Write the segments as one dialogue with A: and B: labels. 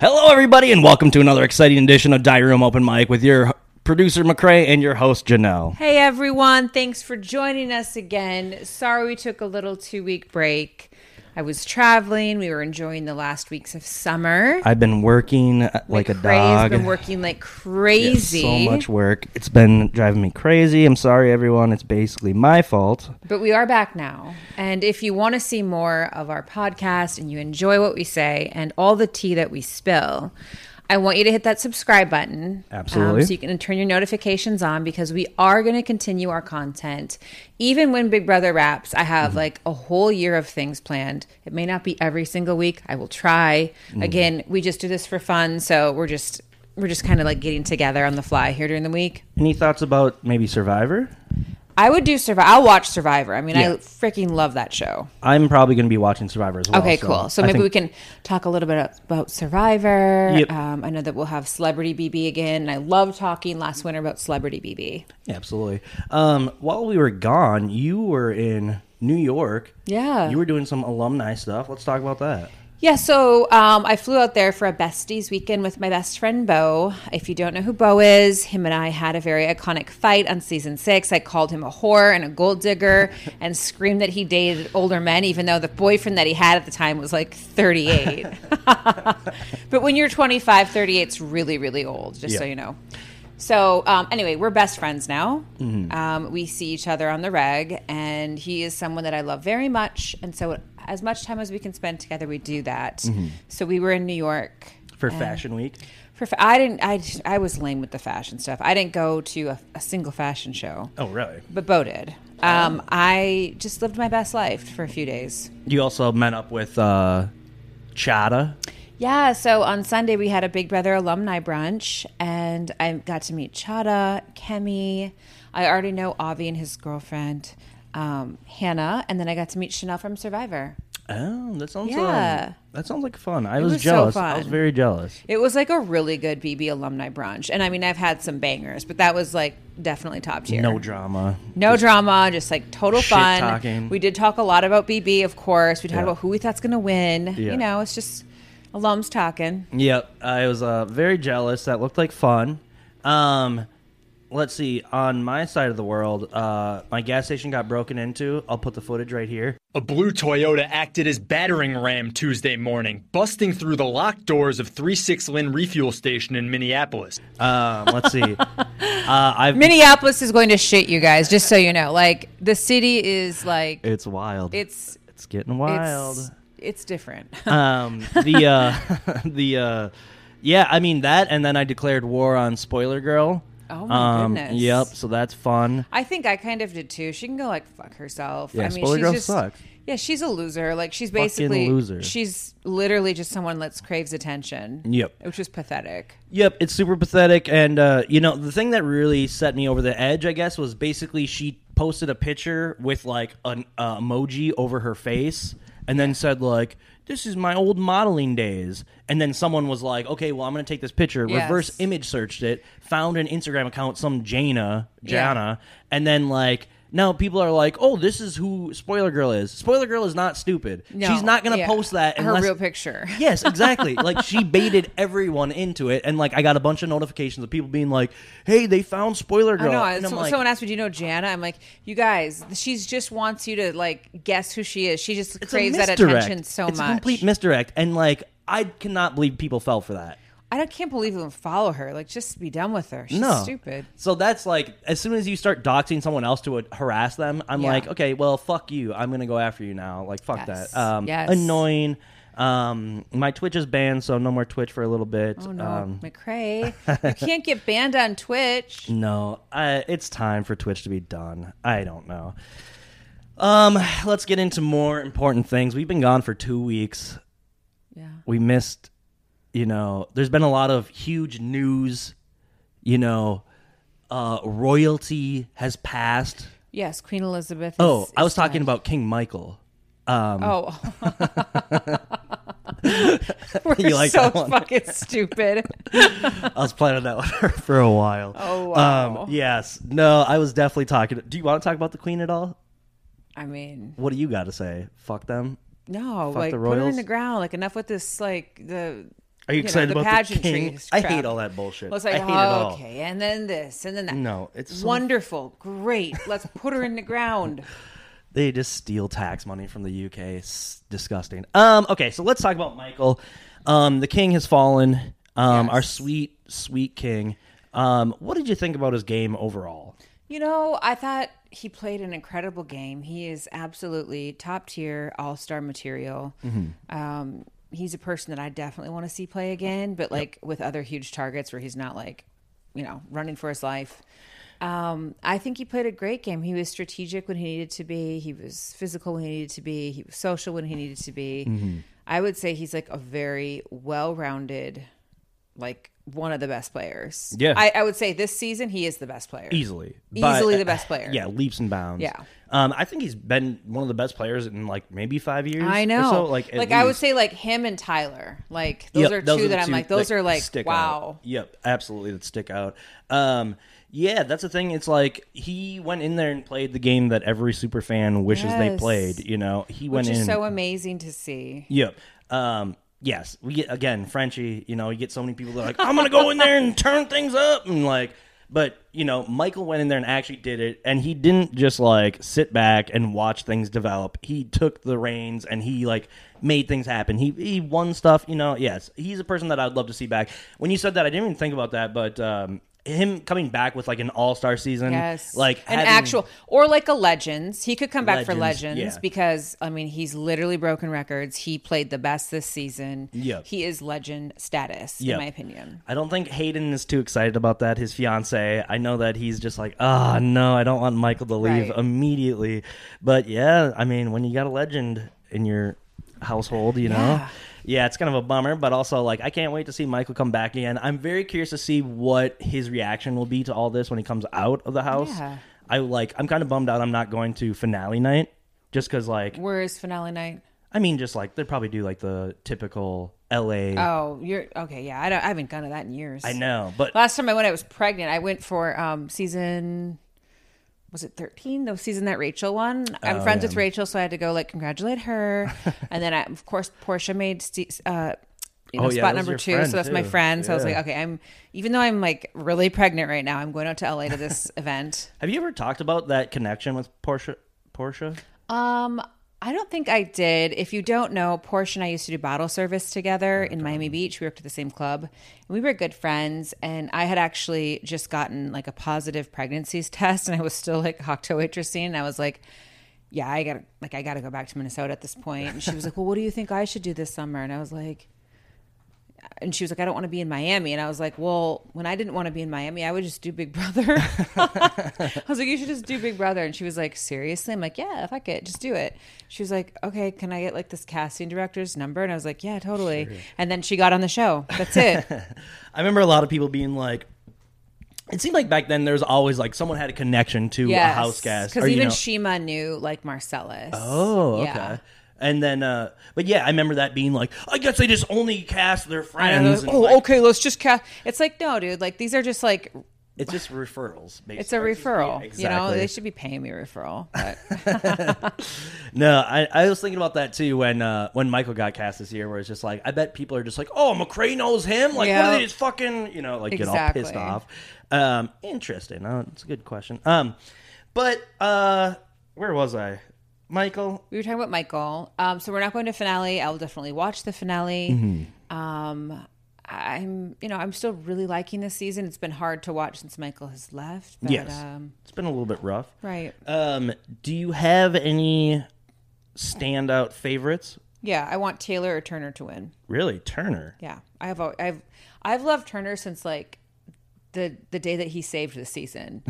A: Hello, everybody, and welcome to another exciting edition of Diary Room Open Mic with your producer McCray and your host Janelle.
B: Hey everyone, thanks for joining us again. Sorry we took a little two week break. I was traveling. We were enjoying the last weeks of summer.
A: I've been working uh, like a
B: Cray's
A: dog.
B: been working like
A: Yeah,
B: crazy.
A: So much work. It's been driving me crazy. I'm sorry, everyone. It's basically my fault.
B: But we are back now. And if you want to see more of our podcast and you enjoy what we say and all the tea that we spill, I want you to hit that subscribe button. um,
A: Absolutely.
B: so you can turn your notifications on because we are going to continue our content. Even when Big Brother wraps, I have
A: Mm-hmm.
B: like a whole year of things planned. It may not be every single week. I will try.
A: Mm-hmm.
B: Again, we just do this for fun. So we're just. We're just kind of like getting together on the fly here during the week.
A: Any thoughts about maybe Survivor?
B: I would do Survivor. I'll watch Survivor. I mean, I
A: Yeah.
B: freaking love that show.
A: I'm probably going to be watching Survivor as well.
B: Okay, cool. So
A: I
B: maybe
A: think-
B: we can talk a little bit about Survivor.
A: Yep.
B: Um, I know that we'll have Celebrity BB again. And I love talking last winter about Celebrity BB.
A: Yeah, absolutely. Um, while we were gone, you were in New York.
B: Yeah.
A: You were doing some alumni stuff. Let's talk about that.
B: Yeah, so um, I flew out there for a besties weekend with my best friend Bo. If you don't know who Bo is, him and I had a very iconic fight on season six. I called him a whore and a gold digger and screamed that he dated older men, even though the boyfriend that he had at the time was like 38. but when you're 25, 38's really, really old, just so
A: Yeah.
B: you know. So, um, anyway, we're best friends now. Um, we see each other on the reg, and he is someone that I love very much. And so, as much time as we can spend together, we do that. So, we were in New York.
A: For Fashion Week.
B: For fa- I didn't. I I was lame with the fashion stuff. I didn't go to a, a single fashion show,
A: Oh, really?
B: but Bo did. Um, I just lived my best life for a few days.
A: You also met up with uh, Chada.
B: Yeah, so on Sunday we had a Big Brother alumni brunch, and I got to meet Chada, Kemi. I already know Avi and his girlfriend, um, Hannah, and then I got to meet Chanel from Survivor.
A: Oh, that sounds
B: Yeah.
A: um, that sounds like fun. I was,
B: was so
A: jealous. I was
B: fun.
A: very jealous.
B: It was like a really good BB alumni brunch, and I mean I've had some bangers, but that was like definitely top tier.
A: No drama.
B: No drama, just like total
A: Shit
B: fun.
A: talking.
B: We did talk a lot about BB, of course. We talked
A: Yeah.
B: about who we thought's going to win.
A: Yeah.
B: You know, it's just alums talking.
A: Yep, I was uh, very jealous. That looked like fun. Um, let's see. On my side of the world, uh, my gas station got broken into. I'll put the footage right here.
C: A blue Toyota acted as battering ram Tuesday morning, busting through the locked doors of 36 Lynn Refuel Station in Minneapolis.
A: Um, let's see. Uh, I've
B: Minneapolis is going to shit you guys, just so you know. Like the city is like
A: it's wild.
B: it's
A: it's getting
B: it's
A: wild.
B: it's different.
A: um, the uh, the uh, yeah, I mean that, and then I declared war on Spoiler Girl.
B: Oh my goodness.
A: Um, Yep, so that's fun.
B: I think I kind of did too. She can go like fuck herself.
A: Yeah,
B: I mean,
A: Spoiler
B: she's
A: Girl
B: just
A: sucks.
B: yeah, she's a loser. Like she's basically
A: loser.
B: She's literally just someone that craves attention.
A: Yep.
B: which is pathetic.
A: Yep, it's super pathetic, and uh, you know the thing that really set me over the edge, I guess, was basically she posted a picture with like an uh, emoji over her face, and then said like, "This is my old modeling days," and then someone was like, "Okay, well, I'm gonna take this picture, reverse
B: Yes.
A: image searched it, found an Instagram account, some Jana,
B: Yeah.
A: Jana, and then like." Now people are like, "Oh, this is who Spoiler Girl is." Spoiler Girl is not stupid.
B: No,
A: She's not going to
B: yeah.
A: post that
B: her
A: unless
B: real picture.
A: Yes, exactly. like she baited everyone into it, and like I got a bunch of notifications of people being like, "Hey, they found spoiler
B: I
A: girl."
B: know.
A: and
B: so-
A: I'm like,
B: someone asked me, "Do you know Jana?" I'm like, "You guys, she's just wants you to like guess who she is. She just
A: it's a
B: craves that
A: misdirect.
B: attention so
A: it's
B: much.
A: a complete misdirect, and like I cannot believe people fell for that.
B: I don't- can't believe them follow her. Like, just be done with her. She's
A: No,
B: stupid.
A: So that's like as soon as you start doxing someone else to uh, harass them, I'm
B: Yeah.
A: like, okay, well, fuck you. I'm gonna go after you now. Like, fuck
B: Yes.
A: that. Um,
B: Yes.
A: Annoying. Um, my Twitch is banned, so no more Twitch for a little bit.
B: Oh no,
A: Um,
B: McCray, you can't get banned on Twitch.
A: No, I, it's time for Twitch to be done. I don't know. Um, let's get into more important things. We've been gone for two weeks.
B: Yeah,
A: We missed, you know, there's been a lot of huge news. You know, uh, royalty has passed.
B: yes, Queen Elizabeth. Is,
A: Oh, I
B: is
A: was talking
B: dead.
A: about King Michael.
B: Oh, we're
A: You like
B: so
A: that one?
B: fucking stupid.
A: I was planning that one for a while.
B: Oh wow.
A: Um, yes. No, I was definitely talking. Do you want to talk about the Queen at all?
B: I mean,
A: What do you got to say? Fuck them.
B: no,
A: Fuck
B: like
A: the
B: put it
A: royals.
B: in the ground. Like enough with this. Like the
A: Are you
B: know,
A: excited
B: the
A: about the
B: pageantry
A: king?
B: is
A: I
B: crap.
A: hate all that bullshit.
B: Well, it's like,
A: I hate it
B: oh,
A: all.
B: okay, and then this, and then that.
A: No, it's so-
B: wonderful, great. Let's put her in the ground.
A: They just steal tax money from the UK. It's disgusting. Um, okay, so let's talk about Michael. Um, the king has fallen. Um,
B: Yes.
A: our sweet, sweet king. Um, what did you think about his game overall?
B: You know, I thought he played an incredible game. He is absolutely top tier, all star material.
A: Mm-hmm.
B: Um, he's a person that I definitely want to see play again, but like with other huge targets where he's not like, you know, running for his life. Um, I think he played a great game. He was strategic when he needed to be. He was physical when he needed to be. He was social when he needed to be.
A: Mm-hmm.
B: I would say he's like a very well-rounded, like one of the best players.
A: Yeah.
B: I, I would say this season he is the best player
A: Easily,
B: Easily
A: But-
B: the best player.
A: Yeah, leaps and bounds.
B: Yeah.
A: Um, I think he's been one of the best players in like maybe five years.
B: I
A: or
B: know.
A: so,
B: Like,
A: Like, at
B: I would
A: least.
B: say, like him and Tyler. Like those
A: Yep,
B: are two
A: the
B: that i I'm like. Those are like
A: stick
B: wow.
A: out. Yep, absolutely that stick out. Um, yeah, that's the thing. It's like he went in there and played the game that every super fan wishes they
B: Yes.
A: played. You know, he went
B: Which is
A: in. Mm-hmm.
B: so amazing to see.
A: yep. Um, yes, we get again Frenchie. You know, you get so many people that are like, I'm gonna go in there and turn things up and like. But you know, Michael went in there and actually did it, and he didn't just like sit back and watch things develop. He took the reins and he like made things happen. He he won stuff. You know, yes, he's a person that I'd love to see back. When you said that, I didn't even think about that, but um, him coming back with like an All Star season,
B: Yes,
A: like
B: an
A: having-
B: actual or like a legends. He could come back for
A: Legends,
B: legends
A: yeah.
B: because I mean he's literally broken records. He played the best this season.
A: Yep.
B: he is legend status
A: Yeah.
B: in my opinion.
A: I don't think Hayden is too excited about that. His fiance, I know that he's just like, ah, no, I don't want Michael to leave
B: Right.
A: immediately. But yeah, I mean, when you got a legend in your household, you know, yeah. it's kind of a bummer. But also, like, I can't wait to see Michael come back again. I'm very curious to see what his reaction will be to all this when he comes out of the house.
B: Yeah.
A: I like, I'm kind of bummed out. I'm not going to finale night just because, like,
B: Where is finale night?
A: I mean, just like they probably do like the typical LA.
B: Oh, you're okay. Yeah, I don't. I haven't gone to that in years.
A: I know, but
B: Last time I went, I was pregnant. I went for um, season. Was it thirteen? The season that Rachel won.
A: Oh,
B: I'm friends with Rachel, so I had to go like congratulate her. and then I, of course Portia made ste- uh, you know,
A: Oh, yeah, that
B: spot
A: was
B: number
A: your
B: two.
A: friend,
B: so that's my
A: too.
B: friend. So I was
A: Yeah.
B: like, okay, I'm even though I'm like really pregnant right now, I'm going out to LA to this event.
A: Have you ever talked about that connection with Portia? Portia?
B: Um, I don't think I did. If you don't know, Portia and I used to do bottle service together in Miami Beach. We worked at the same club, and we were good friends. And I had actually just gotten like a positive pregnancies test, and I was still like octo waitressing, and I was like. Yeah, I gotta like I gotta go back to Minnesota at this point. And she was like, Well, what do you think I should do this summer? And I was like, and she was like, I don't want to be in Miami. And I was like, well, when I didn't want to be in Miami, I would just do Big Brother. I was like, you should just do Big Brother. And she was like, seriously? I'm like, yeah, fuck it, just do it. She was like, okay, can I get like this casting director's number? And I was like, yeah, totally. And then she got on the show. That's it.
A: I remember a lot of people being like, it seemed like back then there was always like someone had a connection to a
B: yes.
A: house guest.
B: Because
A: or, you
B: even
A: know-
B: Shima knew like Marcellus.
A: Oh, okay.
B: Yeah.
A: And then, uh, but yeah, I remember that being like, I guess they just only cast their
B: And I was
A: friends.
B: like,
A: and,
B: oh,
A: like,
B: okay, let's just cast. It's like, no, dude, like these are just like,
A: It's just referrals. Basically.
B: it's a referral.
A: Exactly.
B: You know, they should be paying me a referral. But
A: No, I, I was thinking about that too when uh, when Michael got cast this year, where it's just like I bet people are just like, oh, McRae knows him. Like, what
B: Yeah.
A: are they just fucking you know like
B: Exactly.
A: get all pissed off? Um, interesting. Uh, it's a good question. Um, but uh, where was I, Michael?
B: We were talking about Michael. Um, so we're not going to finale. I'll definitely watch the finale.
A: Mm-hmm.
B: Um, I'm, you know, I'm still really liking this season. It's been hard to watch since Michael has left. But,
A: yes,
B: Um,
A: it's been a little bit rough.
B: right.
A: Um, do you have any standout favorites?
B: Yeah. I want Taylor or Turner to win.
A: Really, Turner.
B: Yeah. I have. al- I've. I've loved Turner since like the the day that he saved the season.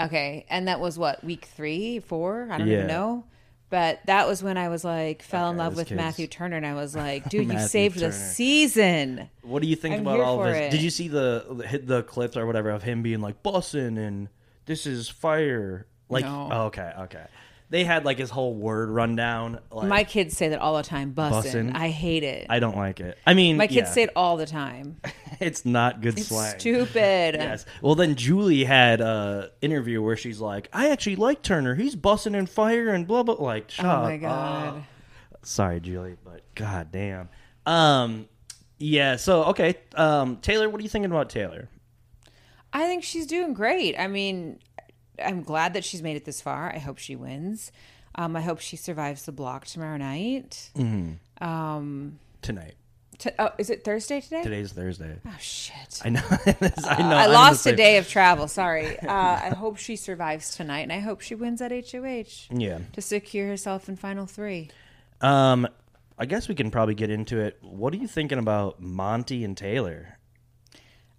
B: okay, and that was what week three, four. I don't
A: Yeah.
B: even know. But that was when I was like fell in
A: Okay,
B: love
A: this
B: with
A: kid's-
B: Matthew Turner, and I was like, dude, you
A: Matthew
B: saved
A: Turner.
B: the season.
A: What do you think
B: I'm
A: about
B: here
A: all
B: for
A: this?
B: it.
A: Did you see the hit the clips or whatever of him being like bussin and this is fire? Like
B: No.
A: oh, okay, okay. They had like his whole word rundown. Like
B: My kids say that all the time. Bussin.
A: Bussin'.
B: I hate it.
A: I don't like it. I mean,
B: My kids
A: yeah,
B: say it all the time.
A: it's not good slang.
B: Stupid.
A: Yes. Well, then Julie had a interview where she's like, "I actually like Turner. He's bussin and fire and blah blah." Like, shut
B: Oh my
A: up.
B: god.
A: Sorry, Julie, but god damn. Um, Yeah. So okay, um, Taylor, what are you thinking about Taylor?
B: I think she's doing great. I mean, I'm glad that she's made it this far. I hope she wins. Um, I hope she survives the block tomorrow night.
A: Mm. Tonight.
B: T- oh, is it Thursday today?
A: Today's Thursday.
B: Oh shit!
A: I know. I know.
B: I
A: I'm
B: lost
A: the
B: a
A: same.
B: day of travel. Sorry. Uh, I hope she survives tonight, and I hope she wins at HOH.
A: Yeah.
B: To secure herself in final three.
A: Um, I guess we can probably get into it. What are you thinking about Monty and Taylor?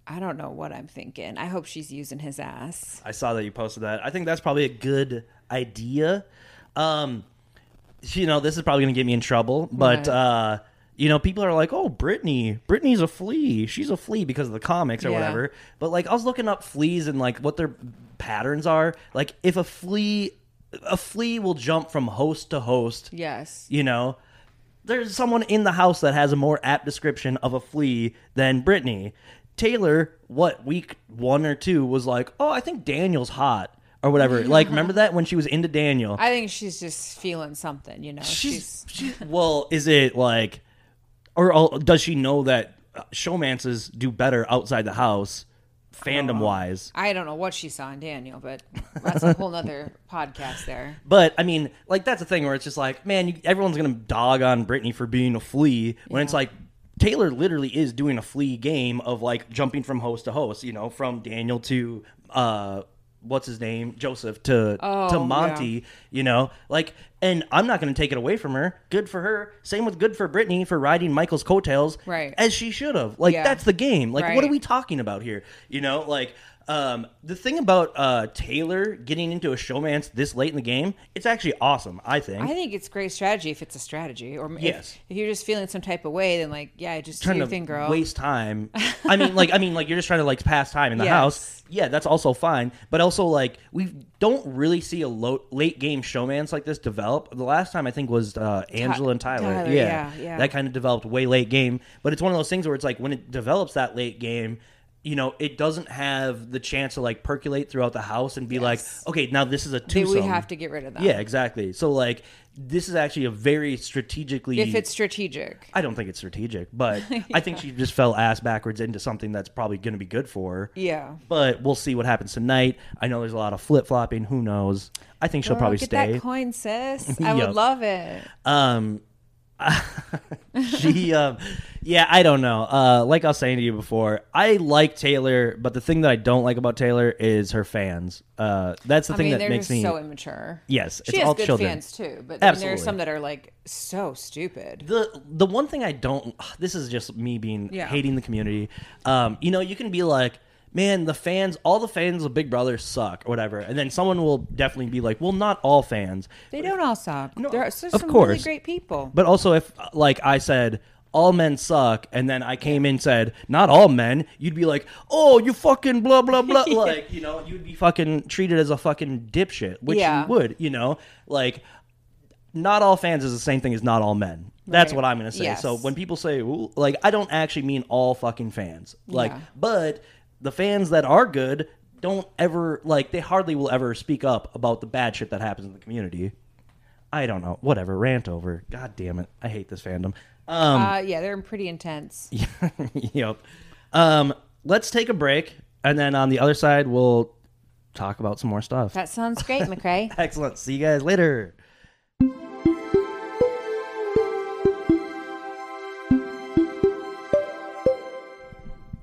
B: I don't know what I'm thinking. I hope she's using his ass.
A: I saw that you posted that. I think that's probably a good idea. Um, you know, this is probably going to get me in trouble, but
B: Right.
A: uh, you know, people are like, "Oh, Brittany, Brittany's a flea. She's a flea because of the comics or
B: Yeah.
A: whatever." But like, I was looking up fleas and like what their patterns are. Like, if a flea, a flea will jump from host to host.
B: Yes.
A: You know, there's someone in the house that has a more apt description of a flea than Brittany. Taylor, what week one or two was like, oh, I think Daniel's hot or whatever. Like, remember that when she was into Daniel?
B: I think she's just feeling something. You know.
A: she's, she's well, is it like, or oh, does she know that uh, showmances do better outside the house, fandom wise?
B: I don't know what she saw in Daniel, but that's a whole nother podcast there.
A: But I mean, like that's the thing where it's just like, man, you, everyone's gonna dog on Britney for being a flea when it's
B: Yeah.
A: like Taylor literally is doing a flea game of like jumping from host to host, you know, from Daniel to uh, what's his name, Joseph to to
B: Oh,
A: Monty, you know, like, and I'm not gonna take it away from her. Good for her. Same with good for Britney for riding Michael's coattails,
B: Right.
A: As she should have. Like
B: Yeah.
A: that's the game. Like what are
B: Right.
A: we talking about here? You know, like um, the thing about uh, Taylor getting into a showman's this late in the game, it's actually awesome. I think.
B: I think it's great strategy if it's a strategy, or if-
A: Yes.
B: if, you're just feeling some type of way, then like, yeah, just do
A: trying
B: your
A: to
B: thing, girl.
A: waste time. I mean, like, I mean, like, you're just trying to like pass time in the
B: Yes.
A: house. Yeah, that's also fine. But also, like, we don't really see a lo- late game showman's like this develop. The last time I think was uh, Angela and Tyler.
B: Tyler,
A: yeah,
B: yeah, yeah.
A: that kind of developed way late game. But it's one of those things where it's like when it develops that late game. You know, it doesn't have the chance to like percolate throughout the house and be
B: Yes.
A: like, okay, now this is a
B: Then
A: twosome.
B: we have to get rid of that.
A: Yeah, exactly. So like, this is actually a very strategically.
B: If it's strategic,
A: I don't think it's strategic, but I think she just fell ass backwards into something that's probably going to be good for her.
B: yeah.
A: But we'll see what happens tonight. I know there's a lot of flip flopping. Who knows? I think she'll
B: Girl,
A: probably
B: get
A: stay.
B: that coin, sis.
A: Yup.
B: I would love it.
A: um, she, um, yeah, I don't know. Uh, like I was saying to you before, I like Taylor, but the thing that I don't like about Taylor is her fans. Uh, that's the
B: I
A: thing
B: mean,
A: that
B: they're
A: makes
B: just
A: me.
B: so immature.
A: yes, it's
B: she has
A: all
B: good
A: children.
B: fans too, but I mean, there are
A: Absolutely.
B: some that are like so stupid.
A: the the one thing I don't this is just me being
B: Yeah.
A: hating the community. Um, you know, you can be like, man, the fans, all the fans of Big Brother suck or whatever, and then someone will definitely be like, well, not all fans,
B: They don't all suck.
A: No,
B: there are there's
A: of
B: some really
A: course.
B: great people.
A: but also if like I said. All men suck, and then I came in and said, "Not all men." You'd be like, "Oh, you fucking blah blah blah," like you know, you'd be fucking treated as a fucking dipshit, which
B: Yeah.
A: you would, you know, like not all fans is the same thing as not all men. That's
B: Right.
A: what I'm going to say.
B: Yes.
A: So when people say "Ooh," like I don't actually mean all fucking fans. Like
B: Yeah.
A: but the fans that are good don't ever like they hardly will ever speak up about the bad shit that happens in the community. I don't know. Whatever. Rant over. God damn it. I hate this fandom. Um
B: uh, yeah, they're pretty intense.
A: yep. Um let's take a break and then on the other side we'll talk about some more stuff.
B: That sounds great, McRae.
A: Excellent. See you guys later.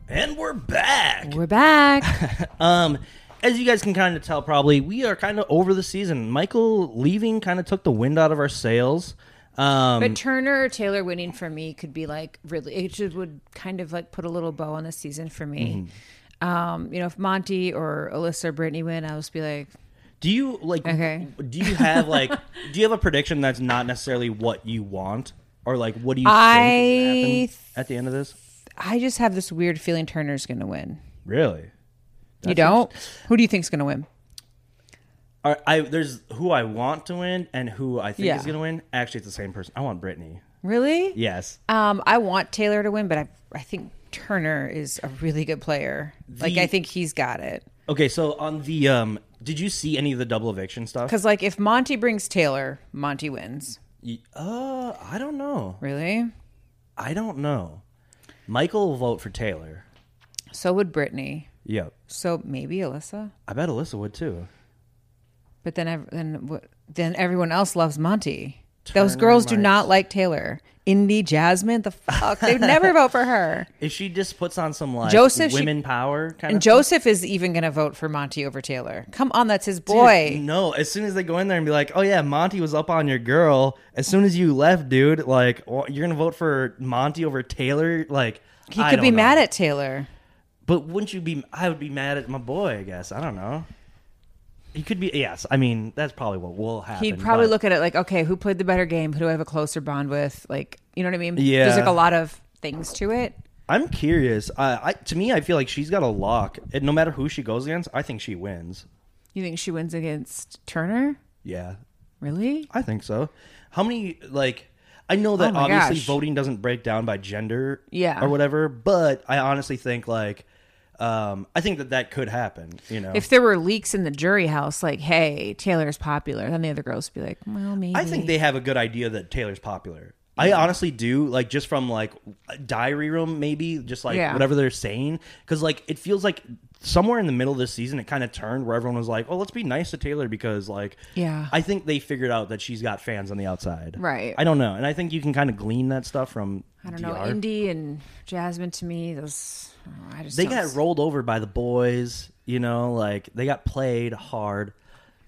A: And we're back.
B: We're back.
A: Um, as you guys can kind of tell, probably we are kind of over the season. Michael leaving kind of took the wind out of our sails. Um,
B: But Turner or Taylor winning for me could be like really it just would kind of like put a little bow on the season for me. Um, you know, if Monty or Alyssa or Brittany win, I'll just be like,
A: do you like?
B: Okay.
A: Do you have like? do you have a prediction that's not necessarily what you want, or like what do you
B: I
A: think is gonna happen at the end of this?
B: I just have this weird feeling Turner's gonna win.
A: Really?
B: you don't? Who do you think's gonna win?
A: Are, I there's who I want to win and who I think
B: Yeah.
A: is going to win. Actually, it's the same person. I want Brittany.
B: Really?
A: Yes.
B: Um, I want Taylor to win, but I I think Turner is a really good player. like
A: The-
B: I think he's got it.
A: Okay. So on the um, did you see any of the double eviction stuff?
B: Cause like if Monty brings Taylor, Monty wins.
A: Y- Uh, I don't know.
B: Really?
A: I don't know. Michael will vote for Taylor.
B: So would Brittany.
A: Yep.
B: So maybe Alyssa.
A: I bet Alyssa would too.
B: But then, ev- then, wh- then everyone else loves Monty. Those
A: Turner
B: girls do
A: Mites.
B: not like Taylor. Indie Jasmine, the fuck, they would never vote for her.
A: If she just puts on some like
B: Joseph, she-
A: women power kind
B: And
A: of
B: Joseph is even going to vote for Monty over Taylor. Come on, that's his boy.
A: Dude, mm, no, as soon as they go in there and be like, "Oh yeah, Monty was up on your girl." As soon as you left, dude, like wha- you're gonna vote for Monty over Taylor. Like
B: he could be mad at Taylor.
A: But wouldn't you be? I would be mad at my boy. I guess I don't know. He could be. Yes, I mean that's probably what will happen.
B: He'd probably
A: but-
B: look at it like, okay, who played the better game? Who do I have a closer bond with? Like, you know what I mean?
A: Yeah.
B: There's like a lot of things to it.
A: I'm curious. I, I to me, I feel like she's got a lock. And no matter who she goes against, I think she wins.
B: You think she wins against Turner?
A: Yeah,
B: Really?
A: I think so. How many like I know that
B: Oh my
A: obviously
B: gosh.
A: voting doesn't break down by gender
B: Yeah.
A: or whatever, but I honestly think like um I think that that could happen, you know.
B: If there were leaks in the jury house, like, hey, Taylor's popular, then the other girls would be like, well, maybe.
A: I think they have a good idea that Taylor's popular. I honestly do like just from like diary room maybe just like
B: Yeah.
A: whatever they're saying cuz like it feels like somewhere in the middle of this season it kind of turned where everyone was like, "Oh, let's be nice to Taylor because like
B: Yeah.
A: I think they figured out that she's got fans on the outside."
B: Right.
A: I don't know. And I think you can kind of glean that stuff from
B: I don't know.
A: DR.
B: Indy and Jasmine to me, those. I just
A: they
B: don't
A: got
B: s-
A: rolled over by the boys you know like they got played hard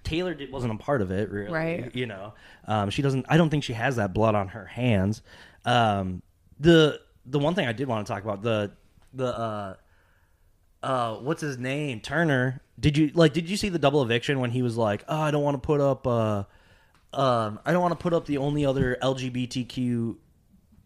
A: taylor did, wasn't a part of it really
B: Right.
A: you know um, she doesn't i don't think she has that blood on her hands um, the the one thing i did want to talk about the the uh uh what's his name turner did you like did you see the double eviction when he was like oh i don't want to put up uh um i don't want to put up the only other lgbtq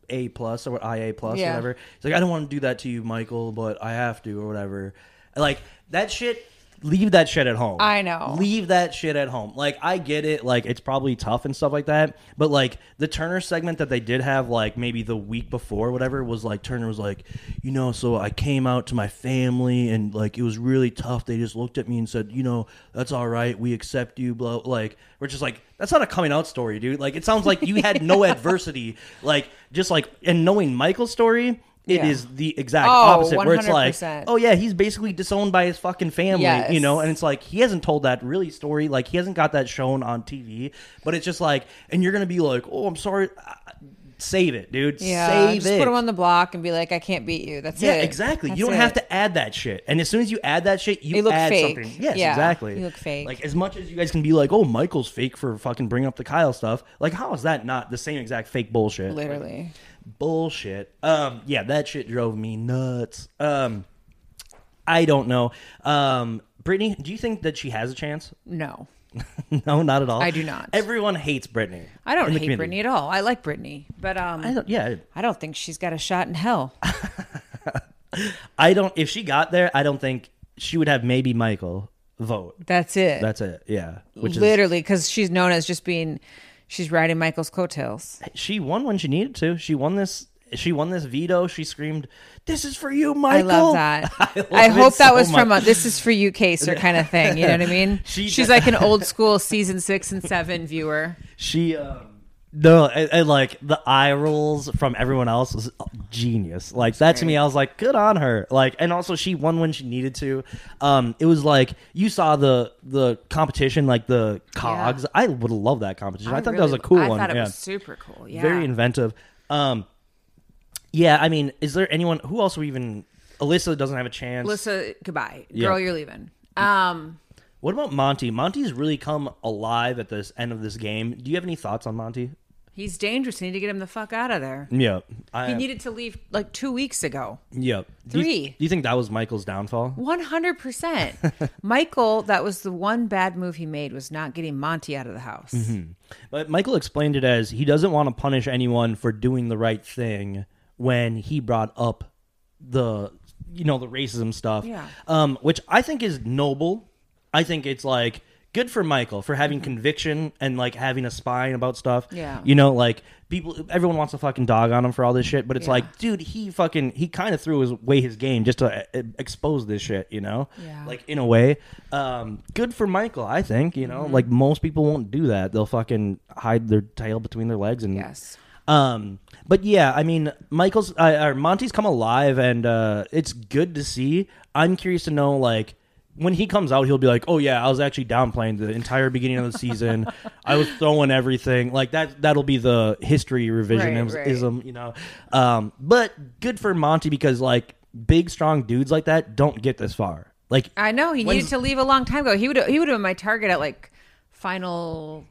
A: a plus or ia plus
B: Yeah.
A: or whatever he's like i don't want to do that to you michael but i have to or whatever like that shit leave that shit at home
B: I know.
A: leave that shit at home like i get it like it's probably tough and stuff like that but like the turner segment that they did have like maybe the week before or whatever was like turner was like you know so i came out to my family and like it was really tough they just looked at me and said you know that's all right we accept you blah like we're just like that's not a coming out story dude like it sounds like you had no adversity like just like and knowing michael's story it is
B: Yeah.
A: the exact
B: Oh,
A: opposite where it's like
B: 100%.
A: oh yeah he's basically disowned by his fucking family
B: Yes.
A: you know and it's like he hasn't told that really story like he hasn't got that shown on tv but it's just like and you're gonna be like oh i'm sorry Uh, save it dude
B: Yeah,
A: save
B: just
A: it
B: put him on the block and be like, I can't beat you. That's
A: yeah
B: it.
A: exactly
B: That's
A: you don't have
B: it.
A: to add that shit and as soon as you add that shit you
B: You look
A: add
B: fake.
A: something yes
B: Yeah,
A: exactly
B: you look fake.
A: like as much as you guys can be like oh michael's fake for fucking bringing up the kyle stuff like how is that not the same exact fake bullshit
B: Literally.
A: bullshit. Um, yeah, that shit drove me nuts. Um, I don't know. Um, Brittany, do you think that she has a chance?
B: No.
A: no, not at all.
B: I do not.
A: Everyone hates Brittany.
B: I don't
A: in the
B: hate
A: community.
B: Brittany at all. I like Brittany, but um,
A: I don't, yeah,
B: I don't think she's got a shot in hell.
A: I don't. If she got there, I don't think she would have maybe Michael vote.
B: That's it.
A: That's it. Yeah, which is
B: literally because she's known as just being she's riding Michael's coattails.
A: she won when she needed to. She won this. She won this veto. She screamed, "This is for you,
B: I
A: Michael."
B: love that. I,
A: love it
B: hope that
A: so
B: was from
A: much.
B: a "This is for you" caser kind of thing. You know what I mean?
A: She-
B: she's like an old school season six and seven viewer.
A: She um no, and, and, like the eye rolls from everyone else was genius. Like that to me, I was like, good on her. Like, and also she won when she needed to. Um, it was like you saw the the competition, like the cogs. I would love that competition. I, thought that was a cool
B: I
A: one.
B: thought it
A: yeah.
B: was super cool. Yeah,
A: Very inventive. Um, yeah. I mean, is there anyone who else we even? Alyssa doesn't have a chance.
B: Alyssa, goodbye,
A: Yeah.
B: girl, you're leaving. Um,
A: What about Monty? Monty's really come alive at this end of this game. Do you have any thoughts on Monty?
B: he's dangerous. We need to get him the fuck out of there.
A: Yeah, I,
B: He needed to leave like two weeks ago.
A: Yep. Do you- Do
B: Three.
A: you, think that was Michael's downfall?
B: One hundred percent. Michael, that was the one bad move he made was not getting Monty out of the house.
A: Mm-hmm. Hmm. But Michael explained it as he doesn't want to punish anyone for doing the right thing when he brought up the you know the racism stuff.
B: Yeah.
A: Um, which I think is noble. I think it's like good for Michael for having conviction and like having a spine about stuff.
B: Mm-hmm. Yeah.
A: You know, like people everyone wants to fucking dog on him for all this shit, but it's
B: Yeah.
A: like, dude, he fucking he kind of threw his way his game just to uh, expose this shit, you know?
B: Yeah.
A: Like in a way. Um, good for Michael, I
B: Mm-hmm.
A: think. You know, like most people won't do that. They'll fucking hide their tail between their legs and
B: Yes.
A: Um, but yeah, I mean, Michael's uh, or Monty's come alive, and uh, it's good to see. I'm curious to know, like, when he comes out, he'll be like, "Oh yeah, I was actually downplaying the entire beginning of the season. I was throwing everything like that." That'll be the history
B: Right,
A: revisionism, you know. Um, but good for Monty because like big, strong dudes like that don't get this far. Like
B: I know he needed to leave a long time ago. He would he would have been my target at like final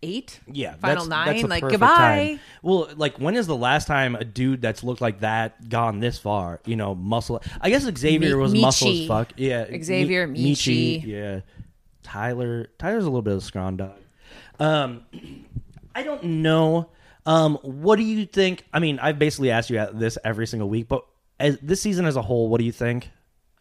B: eight.
A: Yeah,
B: final
A: that's-
B: nine.
A: that's the
B: like
A: perfect
B: goodbye.
A: time. Well, like when is the last time a dude that's looked like that gone this far? You know, muscle. I guess Xavier
B: Mi-
A: was muscle
B: Michi.
A: as fuck. Yeah,
B: Xavier, Michi.
A: Yeah, Tyler. Tyler's a little bit of a scron dog. Um, I don't know. Um, what do you think? I mean, I've basically asked you this every single week, but as this season as a whole, what do you think?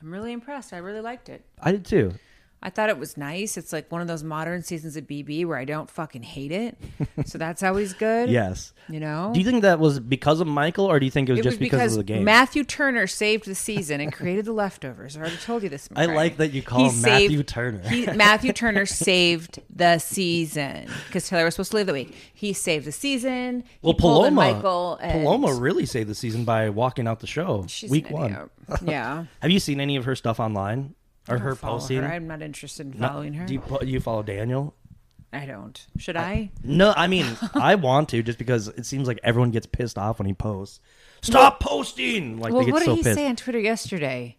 B: I'm really impressed. I really liked it.
A: I did too.
B: I thought it was nice. It's like one of those modern seasons of BB where I don't fucking hate it. so that's always good.
A: Yes.
B: You know?
A: Do you think that was because of Michael, or do you think it was
B: it
A: just
B: was because
A: of the game?
B: Matthew Turner saved the season and created the leftovers. I already told you this.
A: I
B: McBride.
A: like that you call
B: He
A: Matthew
B: saved-
A: Turner.
B: he- Matthew Turner saved the season because Taylor was supposed to leave the week. He saved the season. He
A: Well,
B: pulled
A: Paloma,
B: in Michael, and
A: Paloma really saved the season by walking out the show
B: she's
A: week
B: an
A: one.
B: idiot. Yeah,
A: Have you seen any of her stuff online or her
B: Follow
A: posting?
B: her. I'm not interested in following her.
A: Do you, po- you follow Daniel?
B: I don't. Should I?
A: No, I mean I want to just because it seems like everyone gets pissed off when he posts. Stop posting! Like
B: Well,
A: they get
B: what
A: so
B: did he
A: pissed.
B: say on Twitter yesterday?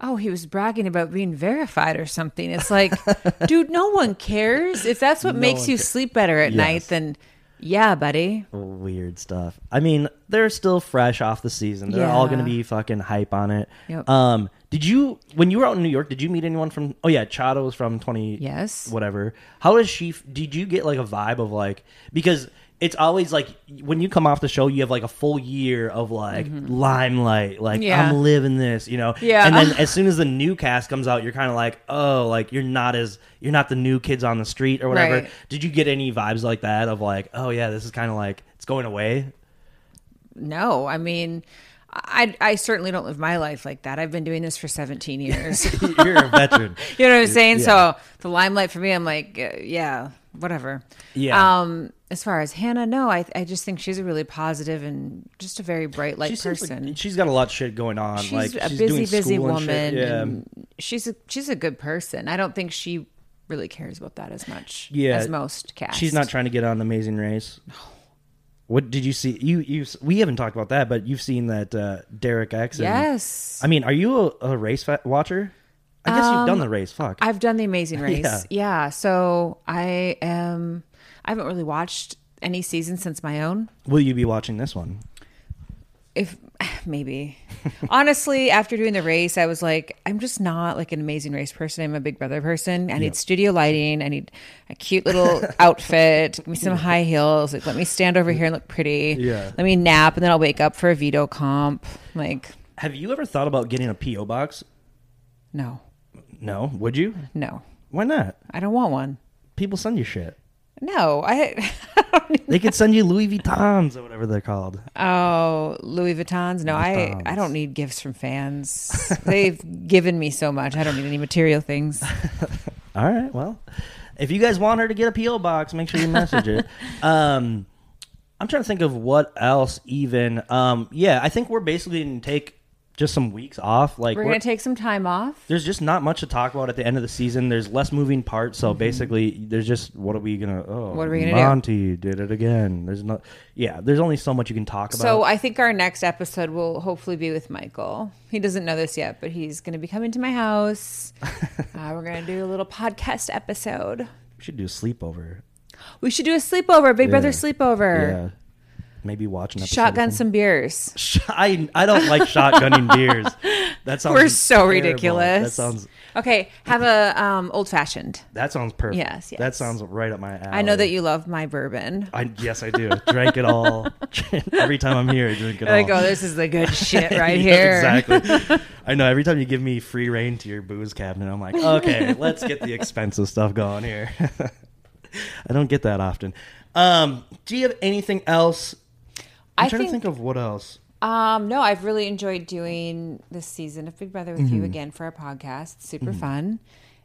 B: Oh, he was bragging about being verified or something. It's like, dude, no one cares. If that's what makes
A: one
B: you sleep better at night,
A: Yes.
B: then yeah, buddy.
A: Weird stuff. I mean, they're still fresh off the season. They're all
B: Yeah.
A: going to be fucking hype on it.
B: Yep.
A: Um, did you when you were out in New York? Did you meet anyone from? Oh yeah, Chado was from twenty.
B: Yes.
A: whatever. How is she? Did you get like a vibe of like because it's always like when you come off the show, you have like a full year of like limelight, like
B: Mm-hmm. Yeah.
A: I'm living this, you know.
B: Yeah.
A: And then as soon as the new cast comes out, you're kind of like, oh, like you're not as you're not the new kids on the street or whatever.
B: Right.
A: Did you get any vibes like that of like, oh yeah, this is kind of like it's going away?
B: No, I mean, I I certainly don't live my life like that. I've been doing this for 17 years. you
A: you're a veteran.
B: know what I'm saying?
A: Yeah.
B: So the limelight for me, I'm like, uh, yeah, whatever.
A: Yeah.
B: Um, as far as Hannah, no, I I just think she's a really positive and just a very bright light
A: She seems like-
B: person.
A: she's got a lot of shit going on.
B: she's
A: like
B: a
A: she's
B: busy,
A: doing
B: busy
A: school and
B: woman.
A: shit.
B: And
A: Yeah.
B: she's a she's a good person. I don't think she really cares about that as much
A: Yeah.
B: as most cast.
A: She's not trying to get on Amazing Race. What did you see? You you we haven't talked about that, but you've seen that uh, Derek X. and-
B: Yes.
A: I mean, are you a, a race fa- watcher? I guess you've
B: Um,
A: done the race. Fuck.
B: I've done the Amazing Race.
A: Yeah.
B: yeah. So I am. I haven't really watched any season since my own.
A: Will you be watching this one?
B: If maybe, honestly, after doing the race, I was like, I'm just not like an Amazing Race person. I'm a Big Brother person. I need studio lighting. I need a cute little outfit. Give me some high heels. Like, let me stand over here and look pretty.
A: Yeah.
B: Let me nap, and then I'll wake up for a veto comp. Like,
A: Have you ever thought about getting a PO box?
B: no,
A: No. Would you?
B: no,
A: Why not?
B: I don't want one.
A: People send you shit.
B: No, I. I don't need
A: They could send you Louis Vuittons or whatever they're called.
B: Oh, Louis Vuittons. No, I, I don't need gifts from fans. They've given me so much. I don't need any material things.
A: All right. Well, if you guys want her to get a PO box, make sure you message it. Um, I'm trying to think of what else. Even um, yeah, I think we're basically gonna take just some weeks off. Like
B: We're
A: we're-
B: going to take some time off.
A: there's just not much to talk about at the end of the season. There's less moving parts, so basically, there's just what are we gonna? Oh,
B: Mm-hmm. What are we gonna do?
A: Monty did it again. There's not. Yeah, there's only so much you can talk about.
B: So I think our next episode will hopefully be with Michael. He doesn't know this yet, but he's going to be coming to my house. uh, we're going to do a little podcast episode.
A: we should do a sleepover.
B: We should do a sleepover, Big Brother
A: Yeah.
B: sleepover.
A: Yeah, maybe watching
B: Shotgun some beers.
A: I I don't like shotgunning beers. That sounds
B: We're so
A: terrible.
B: ridiculous.
A: That sounds
B: okay. Have a um, old fashioned.
A: That sounds perfect.
B: Yes, yes.
A: That sounds right up my alley.
B: I know that you love my bourbon.
A: I, yes, I do. Drank it all. every time I'm here, I drink it
B: Like,
A: all.
B: oh, this is the good shit right here.
A: Yes, Exactly. I know. Every time you give me free reign to your booze cabinet, I'm like, okay, let's get the expensive stuff going here. I don't get that often. Um, do you have anything else? I'm
B: I
A: trying
B: think-
A: to think of what else.
B: Um, no, I've really enjoyed doing this season of Big Brother with
A: Mm-hmm.
B: you again for our podcast. Super
A: Mm-hmm.
B: fun.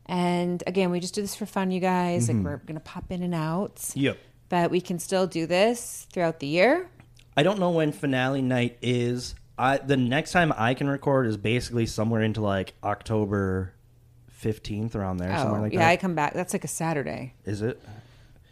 B: And again, we just do this for fun, you guys. Like we're gonna pop in and out.
A: Yep.
B: but we can still do this throughout the year.
A: I don't know when finale night is. I the next time I can record is basically somewhere into like October fifteenth around there, somewhere
B: Oh,
A: like
B: yeah, I
A: that.
B: come back. That's like a Saturday.
A: Is it?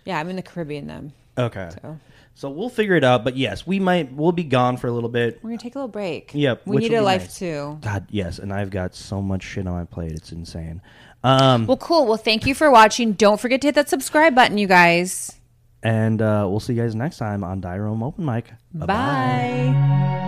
B: Yeah, I'm in the Caribbean then.
A: Okay.
B: So.
A: So. we'll figure it out, but yes, we might we'll be gone for a little bit.
B: We're gonna take a little break.
A: Yep,
B: we
A: which
B: need
A: will
B: a
A: be
B: life
A: nice.
B: too.
A: God, yes, and I've got so much shit on my plate. It's insane. Um,
B: Well, cool. Well, thank you for watching. Don't forget to hit that subscribe button, you guys.
A: and uh, we'll see you guys next time on Die Room Open Mic. Bye-bye.
B: Bye.